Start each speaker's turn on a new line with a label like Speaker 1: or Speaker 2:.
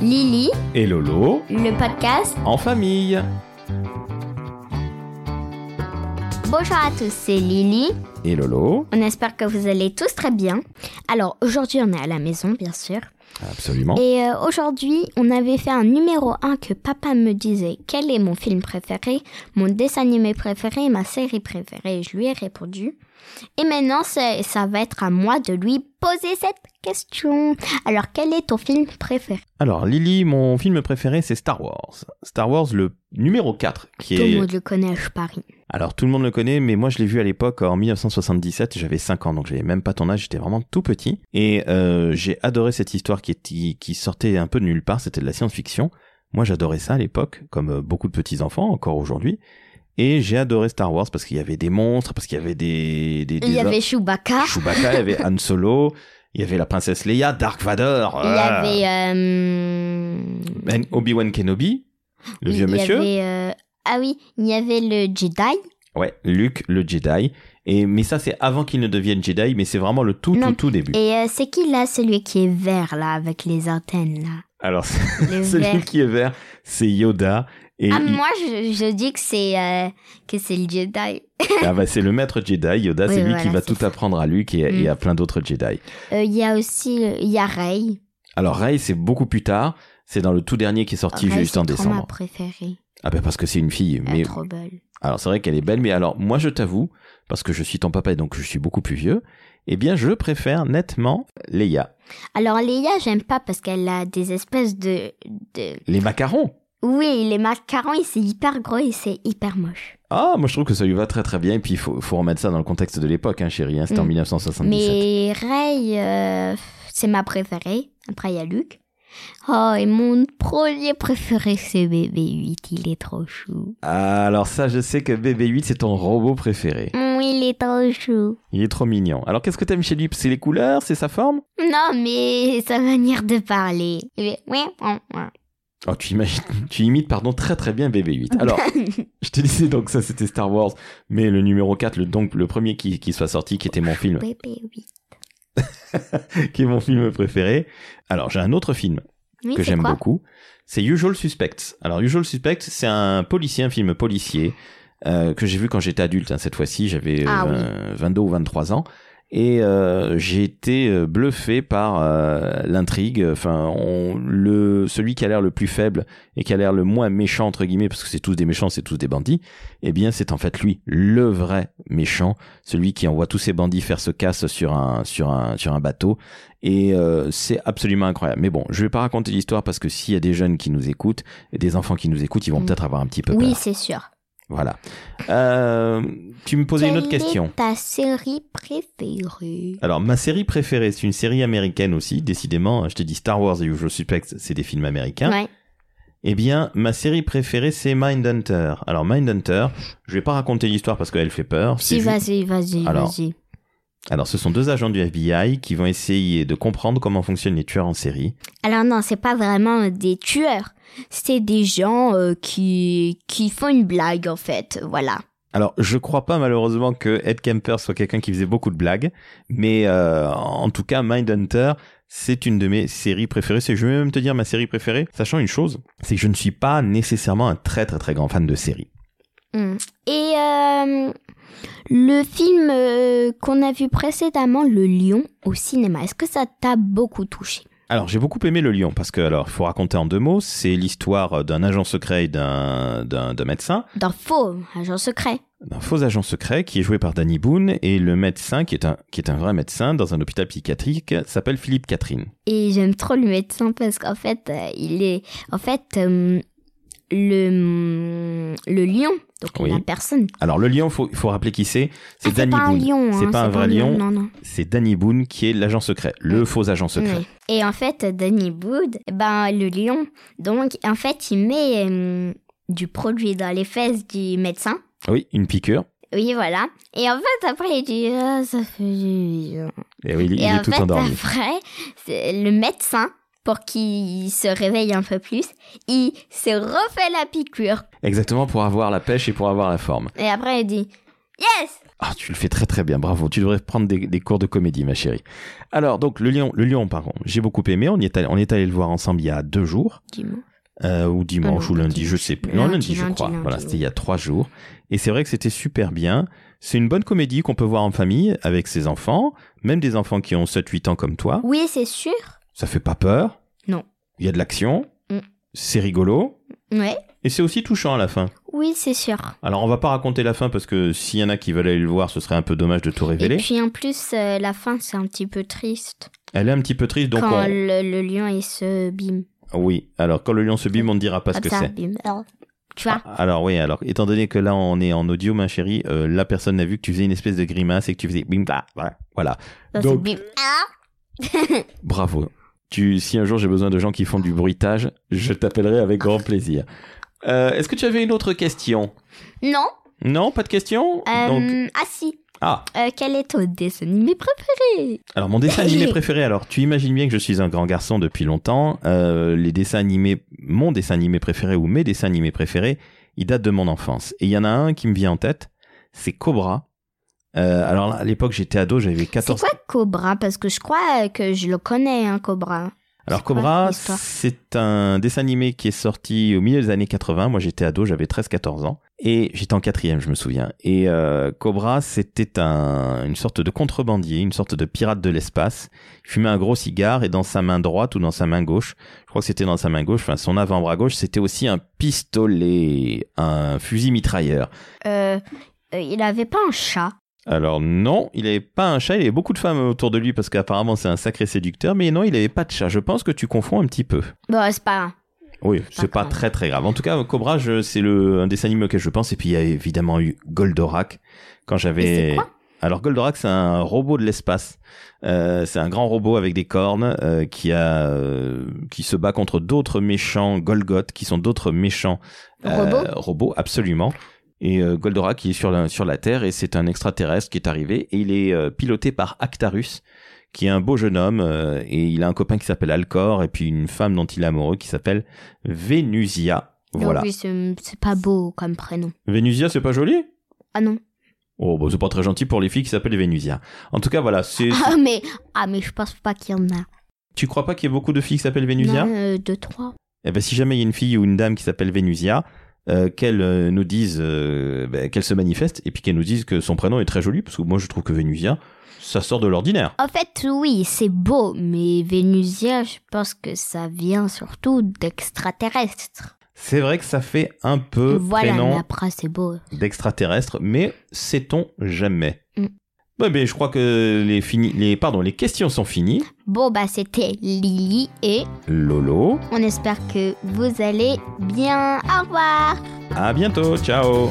Speaker 1: Lily,
Speaker 2: et Lolo
Speaker 1: le podcast.
Speaker 2: en famille.
Speaker 1: Bonjour à tous, c'est Lily.
Speaker 2: Et Lolo
Speaker 1: On espère que vous allez tous très bien. Alors, aujourd'hui, on est à la maison, bien sûr.
Speaker 2: Absolument.
Speaker 1: Et euh, aujourd'hui, on avait fait un numéro 1 que papa me disait quel est mon film préféré, mon dessin animé préféré et ma série préférée. Je lui ai répondu. Et maintenant, c'est- ça va être à moi de lui poser cette question. Alors, quel est ton film préféré
Speaker 2: Alors Lily, mon film préféré c'est Star Wars. Star Wars le numéro 4 qui
Speaker 1: Tout
Speaker 2: est...
Speaker 1: le monde le connaît, je parie.
Speaker 2: Alors tout le monde le connaît, mais moi je l'ai vu à l'époque en 1977, j'avais 5 ans, donc j'avais même pas ton âge, j'étais vraiment tout petit. Et euh, j'ai adoré cette histoire qui, était- qui sortait un peu de nulle part, c'était de la science-fiction. Moi j'adorais ça à l'époque, comme euh, beaucoup de petits-enfants, encore aujourd'hui. Et j'ai adoré Star Wars parce qu'il y avait des monstres, parce qu'il y avait des... des, des
Speaker 1: Il y
Speaker 2: hommes.
Speaker 1: avait Chewbacca,
Speaker 2: Chewbacca, il y avait Han Solo, il y avait la princesse Leia, Dark Vador,
Speaker 1: il y
Speaker 2: ah,
Speaker 1: avait... euh,
Speaker 2: Ben- Obi-Wan Kenobi, le
Speaker 1: Oui,
Speaker 2: vieux
Speaker 1: il y
Speaker 2: monsieur.
Speaker 1: avait, euh, Ah oui, il y avait le Jedi.
Speaker 2: Ouais, Luke, le Jedi. Et, mais ça, c'est avant qu'il ne devienne Jedi, mais c'est vraiment le tout,
Speaker 1: Non.
Speaker 2: tout, tout début.
Speaker 1: Et euh, c'est qui là, celui qui est vert là, avec les antennes là
Speaker 2: Alors,
Speaker 1: Les verts.
Speaker 2: celui qui est vert, c'est Yoda. Et
Speaker 1: Ah,
Speaker 2: il-
Speaker 1: moi je, je dis que c'est euh, que c'est le Jedi.
Speaker 2: ah bah, c'est le maître Jedi. Yoda,
Speaker 1: Oui,
Speaker 2: c'est lui qui
Speaker 1: voilà,
Speaker 2: va
Speaker 1: c'est
Speaker 2: tout
Speaker 1: ça.
Speaker 2: apprendre à Luke et,
Speaker 1: Mm.
Speaker 2: et à plein d'autres Jedi.
Speaker 1: Euh, Il y a aussi euh, il y a Rey.
Speaker 2: Alors, Rey, c'est beaucoup plus tard. C'est dans le tout dernier qui est sorti
Speaker 1: Rey,
Speaker 2: juste en
Speaker 1: c'est trop ma
Speaker 2: décembre.
Speaker 1: préférée.
Speaker 2: Ah bah parce que c'est une fille.
Speaker 1: Elle est
Speaker 2: Mais
Speaker 1: trop belle.
Speaker 2: Alors c'est vrai qu'elle est belle, mais alors moi je t'avoue, parce que je suis ton papa et donc je suis beaucoup plus vieux, eh bien je préfère nettement Leia.
Speaker 1: Alors Leia, j'aime pas parce qu'elle a des espèces de de
Speaker 2: Les macarons
Speaker 1: oui, les macarons, et c'est hyper gros et c'est hyper moche.
Speaker 2: Ah, moi je trouve que ça lui va très très bien, et puis il faut, faut remettre ça dans le contexte de l'époque, hein, chérie, hein, c'était en
Speaker 1: Mm.
Speaker 2: 1977.
Speaker 1: Mais Rey, euh, c'est ma préférée. Après il y a Luke. Oh, et mon premier préféré, c'est BB-8. Il est trop chou.
Speaker 2: Alors ça, je sais que BB-8 c'est ton robot préféré.
Speaker 1: Mm, il est trop chou.
Speaker 2: Il est trop mignon. Alors qu'est-ce que t'aimes chez lui C'est les couleurs, c'est sa forme
Speaker 1: Non, mais sa manière de parler. Il fait, ouais, ouais, ouais.
Speaker 2: Oh, tu, imagines, tu imites pardon très très bien BB-8. Alors, je te disais donc ça c'était Star Wars, mais le numéro 4, le, donc le premier qui, qui soit sorti, qui était mon film
Speaker 1: Bébé, oui.
Speaker 2: qui est mon film préféré. Alors, j'ai un autre film
Speaker 1: Oui,
Speaker 2: que
Speaker 1: c'est
Speaker 2: j'aime
Speaker 1: quoi
Speaker 2: beaucoup. C'est Usual Suspects. Alors, Usual Suspects, c'est un policier, un film policier euh, que j'ai vu quand j'étais adulte. hein, cette fois-ci, j'avais euh,
Speaker 1: Ah
Speaker 2: 20 22 ou 23 ans. Et euh, j'ai été euh, bluffé par euh, l'intrigue. Enfin, on, le celui qui a l'air le plus faible et qui a l'air le moins méchant entre guillemets, parce que c'est tous des méchants, c'est tous des bandits. Eh bien, c'est en fait lui le vrai méchant celui qui envoie tous ses bandits faire ce casse sur un sur un sur un bateau et euh, c'est absolument incroyable. Mais bon, je vais pas raconter l'histoire parce que s'il y a des jeunes qui nous écoutent, et des enfants qui nous écoutent, ils vont
Speaker 1: Mm.
Speaker 2: peut-être avoir un petit peu
Speaker 1: Oui,
Speaker 2: peur.
Speaker 1: c'est sûr.
Speaker 2: Voilà. Euh, tu me posais une autre
Speaker 1: Quelle
Speaker 2: question.
Speaker 1: est
Speaker 2: Ah,
Speaker 1: ta série préférée
Speaker 2: Alors, ma série préférée, c'est une série américaine aussi, décidément. Je t'ai dit Star Wars et Usual Suspects, c'est des films américains.
Speaker 1: Ouais.
Speaker 2: Eh bien, ma série préférée, c'est Mindhunter. Alors, Mindhunter, je vais pas raconter l'histoire parce qu'elle fait peur.
Speaker 1: Si,
Speaker 2: C'est juste-
Speaker 1: vas-y, vas-y,
Speaker 2: Alors,
Speaker 1: vas-y.
Speaker 2: Alors, ce sont deux agents du FBI qui vont essayer de comprendre comment fonctionnent les tueurs en série.
Speaker 1: Alors non, c'est pas vraiment des tueurs. C'est des gens euh, qui, qui font une blague, en fait. Voilà.
Speaker 2: Alors, je crois pas malheureusement que Ed Kemper soit quelqu'un qui faisait beaucoup de blagues, mais euh, en tout cas, Mindhunter, c'est une de mes séries préférées. C'est, je vais même te dire ma série préférée, sachant une chose, c'est que je ne suis pas nécessairement un très très très grand fan de séries.
Speaker 1: Mm. Et euh, le film euh, qu'on a vu précédemment, Le Lion, au cinéma, est-ce que ça t'a beaucoup touché
Speaker 2: Alors, j'ai beaucoup aimé Le Lion parce que, alors, faut raconter en deux mots, c'est l'histoire d'un agent secret et d'un d'un d'un médecin.
Speaker 1: Dans Faux, Agent Secret.
Speaker 2: d'un faux agent secret qui est joué par Danny Boone et le médecin qui est un, qui est un vrai médecin dans un hôpital psychiatrique s'appelle Philippe Catherine.
Speaker 1: Et j'aime trop le médecin parce qu'en fait, euh, il est. En fait, euh, le, le lion, donc
Speaker 2: Oui.
Speaker 1: la personne.
Speaker 2: Alors le lion, faut, faut rappeler qui c'est,
Speaker 1: Ah,
Speaker 2: c'est Danny
Speaker 1: pas un
Speaker 2: Boone.
Speaker 1: lion. hein,
Speaker 2: c'est pas un vrai lion,
Speaker 1: Non, non.
Speaker 2: c'est Danny Boone qui est l'agent secret, le faux agent secret.
Speaker 1: Oui. Et en fait, Danny Wood, ben, le lion, donc, en fait, il met euh, du produit dans les fesses du médecin.
Speaker 2: Ah Oui, une piqûre.
Speaker 1: Oui, voilà. Et en fait, après, il dit Ah, ça fait du bien.
Speaker 2: Et Eh oui, il, il
Speaker 1: Et
Speaker 2: est
Speaker 1: en
Speaker 2: tout
Speaker 1: fait,
Speaker 2: endormi.
Speaker 1: après, c'est le médecin, pour qu'il se réveille un peu plus, il se refait la piqûre.
Speaker 2: Exactement pour avoir la pêche et pour avoir la forme.
Speaker 1: Et après, il dit Yes
Speaker 2: Ah, tu le fais très très bien, bravo. Tu devrais prendre des, des cours de comédie, ma chérie. Alors, donc, le lion, le lion, pardon, j'ai beaucoup aimé. On y est allé, on est allé le voir ensemble il y a deux jours,
Speaker 1: Dis-moi.
Speaker 2: euh, ou dimanche,
Speaker 1: Ah non,
Speaker 2: ou lundi,
Speaker 1: lundi.
Speaker 2: je sais plus. Non,
Speaker 1: Lundi,
Speaker 2: lundi, je
Speaker 1: lundi,
Speaker 2: crois.
Speaker 1: lundi,
Speaker 2: voilà, c'était il y a
Speaker 1: oui.
Speaker 2: trois jours. Et c'est vrai que c'était super bien. C'est une bonne comédie qu'on peut voir en famille, avec ses enfants, même des enfants qui ont 7-8 ans comme toi.
Speaker 1: Oui, c'est sûr.
Speaker 2: Ça fait pas peur.
Speaker 1: Non.
Speaker 2: Il y a de l'action.
Speaker 1: Mm.
Speaker 2: C'est rigolo.
Speaker 1: Ouais.
Speaker 2: Et c'est aussi touchant à la fin.
Speaker 1: Oui, c'est sûr.
Speaker 2: Alors on va pas raconter la fin parce que s'il y en a qui veulent aller le voir, ce serait un peu dommage de tout
Speaker 1: Et
Speaker 2: révéler.
Speaker 1: puis en plus, euh, la fin, c'est un petit peu triste.
Speaker 2: Elle est un petit peu triste, donc
Speaker 1: quand
Speaker 2: on-
Speaker 1: le, le lion, il se bime.
Speaker 2: oui. Alors quand le lion se bime, on ne dira pas ce que
Speaker 1: Hop, Ah, ça,
Speaker 2: c'est.
Speaker 1: bim. Alors, Tu vois
Speaker 2: Alors oui, alors étant donné que là on est en audio, ma chérie, euh, la personne a vu que tu faisais une espèce de grimace et que tu faisais bim bah, voilà. voilà.
Speaker 1: ça, c'est
Speaker 2: Donc-
Speaker 1: bim. Ah
Speaker 2: Bravo. Tu, si un jour j'ai besoin de gens qui font du bruitage, je t'appellerai avec grand plaisir. Euh, Est-ce que tu avais une autre question
Speaker 1: non.
Speaker 2: Non, pas de question.
Speaker 1: euh,
Speaker 2: Donc
Speaker 1: Ah si.
Speaker 2: ah.
Speaker 1: Euh, quel est ton dessin animé préféré
Speaker 2: Alors mon dessin animé préféré, alors tu imagines bien que je suis un grand garçon depuis longtemps, euh, les dessins animés, mon dessin animé préféré ou mes dessins animés préférés, ils datent de mon enfance. Et il y en a un qui me vient en tête, c'est Cobra. Euh, alors là, à l'époque j'étais ado, j'avais
Speaker 1: C'est
Speaker 2: 14
Speaker 1: quoi Cobra Parce que je crois euh, que je le connais, hein, Cobra.
Speaker 2: Alors
Speaker 1: C'est quoi
Speaker 2: Cobra,
Speaker 1: l'histoire
Speaker 2: c'est un dessin animé qui est sorti au milieu des années 80. Moi, j'étais ado, j'avais 13-14 ans. Et j'étais en quatrième, je me souviens. Et euh, Cobra, c'était un, une sorte de contrebandier, une sorte de pirate de l'espace. Il fumait un gros cigare et dans sa main droite ou dans sa main gauche, je crois que c'était dans sa main gauche, enfin son avant-bras gauche, c'était aussi un pistolet, un fusil mitrailleur.
Speaker 1: Euh, euh, il avait pas un chat.
Speaker 2: Alors non, il n'avait pas un chat, il y avait beaucoup de femmes autour de lui parce qu'apparemment c'est un sacré séducteur, mais non, il n'avait pas de chat. Je pense que tu confonds un petit peu.
Speaker 1: Bon, c'est pas.
Speaker 2: Oui, c'est
Speaker 1: pas
Speaker 2: pas
Speaker 1: grave.
Speaker 2: très très grave. En tout cas, Cobra, je- c'est le un dessin animé auquel je pense. Et puis il y a évidemment eu Goldorak quand
Speaker 1: Et c'est
Speaker 2: j'avais.
Speaker 1: quoi
Speaker 2: Alors Goldorak, c'est un robot de l'espace. Euh, c'est un grand robot avec des cornes euh, qui a euh, qui se bat contre d'autres méchants Golgoth, qui sont d'autres méchants euh,
Speaker 1: Robots
Speaker 2: robots, absolument. Et euh, Goldorak, il est sur la, sur la Terre et c'est un extraterrestre qui est arrivé et il est euh, piloté par Actarus, qui est un beau jeune homme euh, et il a un copain qui s'appelle Alcor et puis une femme dont il est amoureux qui s'appelle Vénusia.
Speaker 1: Non,
Speaker 2: Voilà.
Speaker 1: Ah oui, c'est c'est pas beau comme prénom.
Speaker 2: Vénusia, c'est pas joli
Speaker 1: Ah non.
Speaker 2: Oh, bah, c'est pas très gentil pour les filles qui s'appellent Vénusia. En tout cas, voilà. c'est
Speaker 1: Ah mais, ah, mais je pense pas qu'il y en a.
Speaker 2: Tu crois pas qu'il y ait beaucoup de filles qui s'appellent Vénusia
Speaker 1: Non, euh, deux, trois.
Speaker 2: Eh ben, si jamais il y a une fille ou une dame qui s'appelle Vénusia, euh, qu'elle euh, nous dise, euh, ben, qu'elle se manifeste, et puis qu'elle nous dise que son prénom est très joli, parce que moi je trouve que Vénusia, ça sort de l'ordinaire.
Speaker 1: En fait, oui, c'est beau, mais Vénusia, je pense que ça vient surtout d'extraterrestres.
Speaker 2: C'est vrai que ça fait un peu
Speaker 1: voilà, mais
Speaker 2: Euh, prénom
Speaker 1: après, c'est beau.
Speaker 2: d'extraterrestre, mais sait-on jamais
Speaker 1: Mm.
Speaker 2: Ouais, ben, je crois que les, fini- les, pardon, les questions sont finies.
Speaker 1: Bon, bah, c'était Lily et
Speaker 2: Lolo,
Speaker 1: on espère que vous allez bien. Au revoir!
Speaker 2: à bientôt, ciao